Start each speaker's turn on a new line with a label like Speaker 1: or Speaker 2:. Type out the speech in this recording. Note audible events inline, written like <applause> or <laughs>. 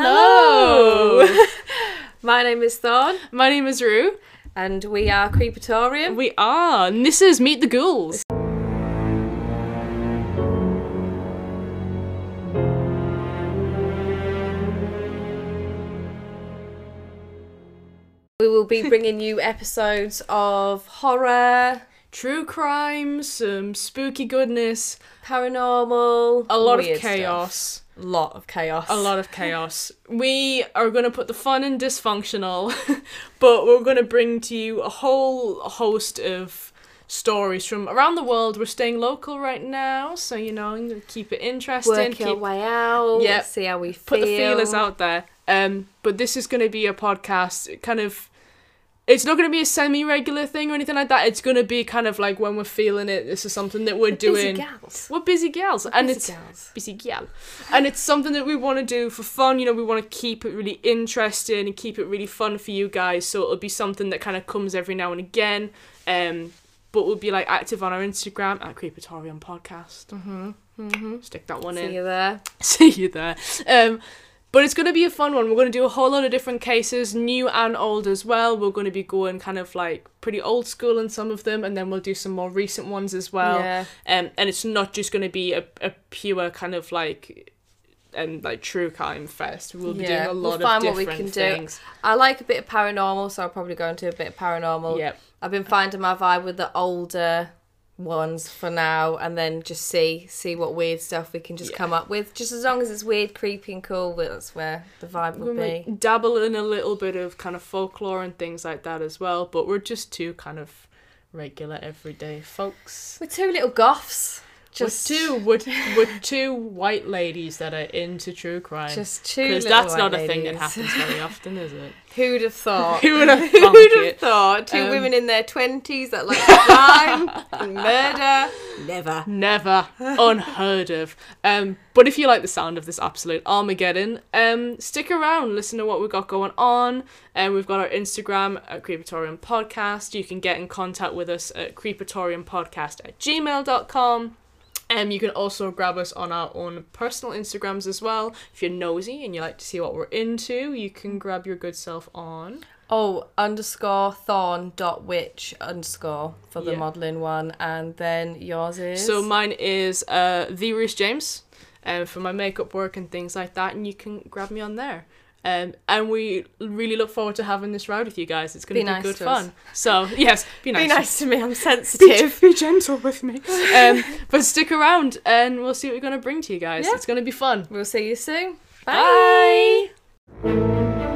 Speaker 1: Hello.
Speaker 2: My name is Thorn,
Speaker 1: <laughs> My name is Rue.
Speaker 2: and we are Creepatorium.
Speaker 1: We are. And this is Meet the Ghouls.
Speaker 2: We will be bringing you episodes of horror,
Speaker 1: True crime, some spooky goodness,
Speaker 2: paranormal,
Speaker 1: a lot
Speaker 2: weird
Speaker 1: of chaos.
Speaker 2: stuff. lot of chaos.
Speaker 1: A lot of <laughs> chaos. We are going to put the fun in dysfunctional, <laughs> but we're going to bring to you a whole host of stories from around the world. We're staying local right now, so you know, I'm gonna keep it interesting.
Speaker 2: Work your
Speaker 1: keep
Speaker 2: way out.
Speaker 1: Yep.
Speaker 2: See how we feel.
Speaker 1: put the feelers out there. Um, but this is going to be a podcast, it kind of. It's not going to be a semi-regular thing or anything like that. It's going to be kind of like when we're feeling it. This is something that we're, doing.
Speaker 2: Busy gals.
Speaker 1: We're busy gals, and
Speaker 2: Busy
Speaker 1: it's
Speaker 2: gals.
Speaker 1: busy gal, and it's something that we want to do for fun. You know, we want to keep it really interesting and keep it really fun for you guys. So it'll be something that kind of comes every now and again. Um, but we'll be like active on our Instagram at Creepatorium Podcast. Mm-hmm. Mm-hmm. Stick that one in
Speaker 2: See you there.
Speaker 1: <laughs> see you there. Um, but it's going to be a fun one. We're going to do a whole lot of different cases, new and old as well. We're going to be going kind of like pretty old school in some of them, and then we'll do some more recent ones as well.
Speaker 2: Yeah.
Speaker 1: Um, and it's not just going to be a, a pure kind of like and like true crime fest. We'll be
Speaker 2: Yeah,
Speaker 1: doing a
Speaker 2: we'll
Speaker 1: lot
Speaker 2: find
Speaker 1: of
Speaker 2: what we
Speaker 1: different
Speaker 2: can do.
Speaker 1: things.
Speaker 2: I like a bit of paranormal, so I'll probably go into a bit of paranormal.
Speaker 1: Yep.
Speaker 2: I've been finding my vibe with the older ones for now, and then just see see what weird stuff we can just
Speaker 1: Yeah.
Speaker 2: come up with. Just as long as it's weird, creepy, and cool, well, that's where the vibe
Speaker 1: We
Speaker 2: will be.
Speaker 1: might dabble in a little bit of kind of folklore and things like that as well, but we're just two kind of regular everyday folks.
Speaker 2: We're two little goths, just
Speaker 1: we're two we're, we're two white ladies that are into true crime.
Speaker 2: just two.
Speaker 1: because
Speaker 2: little
Speaker 1: that's
Speaker 2: white
Speaker 1: not a thing that
Speaker 2: ladies.
Speaker 1: happens very often, is it?
Speaker 2: <laughs> Who'd have
Speaker 1: <laughs>
Speaker 2: thought?
Speaker 1: Who would have
Speaker 2: <laughs> Who'd
Speaker 1: thunk
Speaker 2: have
Speaker 1: it?
Speaker 2: thought? Two
Speaker 1: Um,
Speaker 2: women in their twenties that like
Speaker 1: <laughs>
Speaker 2: crime and murder. Never.
Speaker 1: Never, <laughs> unheard of. Um, but if you like the sound of this absolute Armageddon, um, stick around, listen to what we've got going on. And we've got our Instagram at Creepatorium Podcast. You can get in contact with us at creepatoriumpodcast at gmail.com. Um, you can also grab us on our own personal Instagrams as well. If you're nosy and you like to see what we're into, you can grab your good self on.
Speaker 2: Oh, underscore thorn dot witch underscore for the
Speaker 1: Yeah.
Speaker 2: modelling one, and then yours is.
Speaker 1: So mine is uh, the Reese James, um, for my makeup work and things like that, and you can grab me on there. Um, and we really look forward to having this ride with you guys. It's going
Speaker 2: Be
Speaker 1: to be,
Speaker 2: nice
Speaker 1: good
Speaker 2: to us.
Speaker 1: fun. So <laughs> yes, be nice.
Speaker 2: be nice to me. I'm
Speaker 1: Be,
Speaker 2: sensitive.
Speaker 1: be gentle with me. Um, but stick around, and we'll see what we're going to bring to you guys.
Speaker 2: Yeah.
Speaker 1: It's going to be fun.
Speaker 2: we'll see you soon. Bye.
Speaker 1: Bye.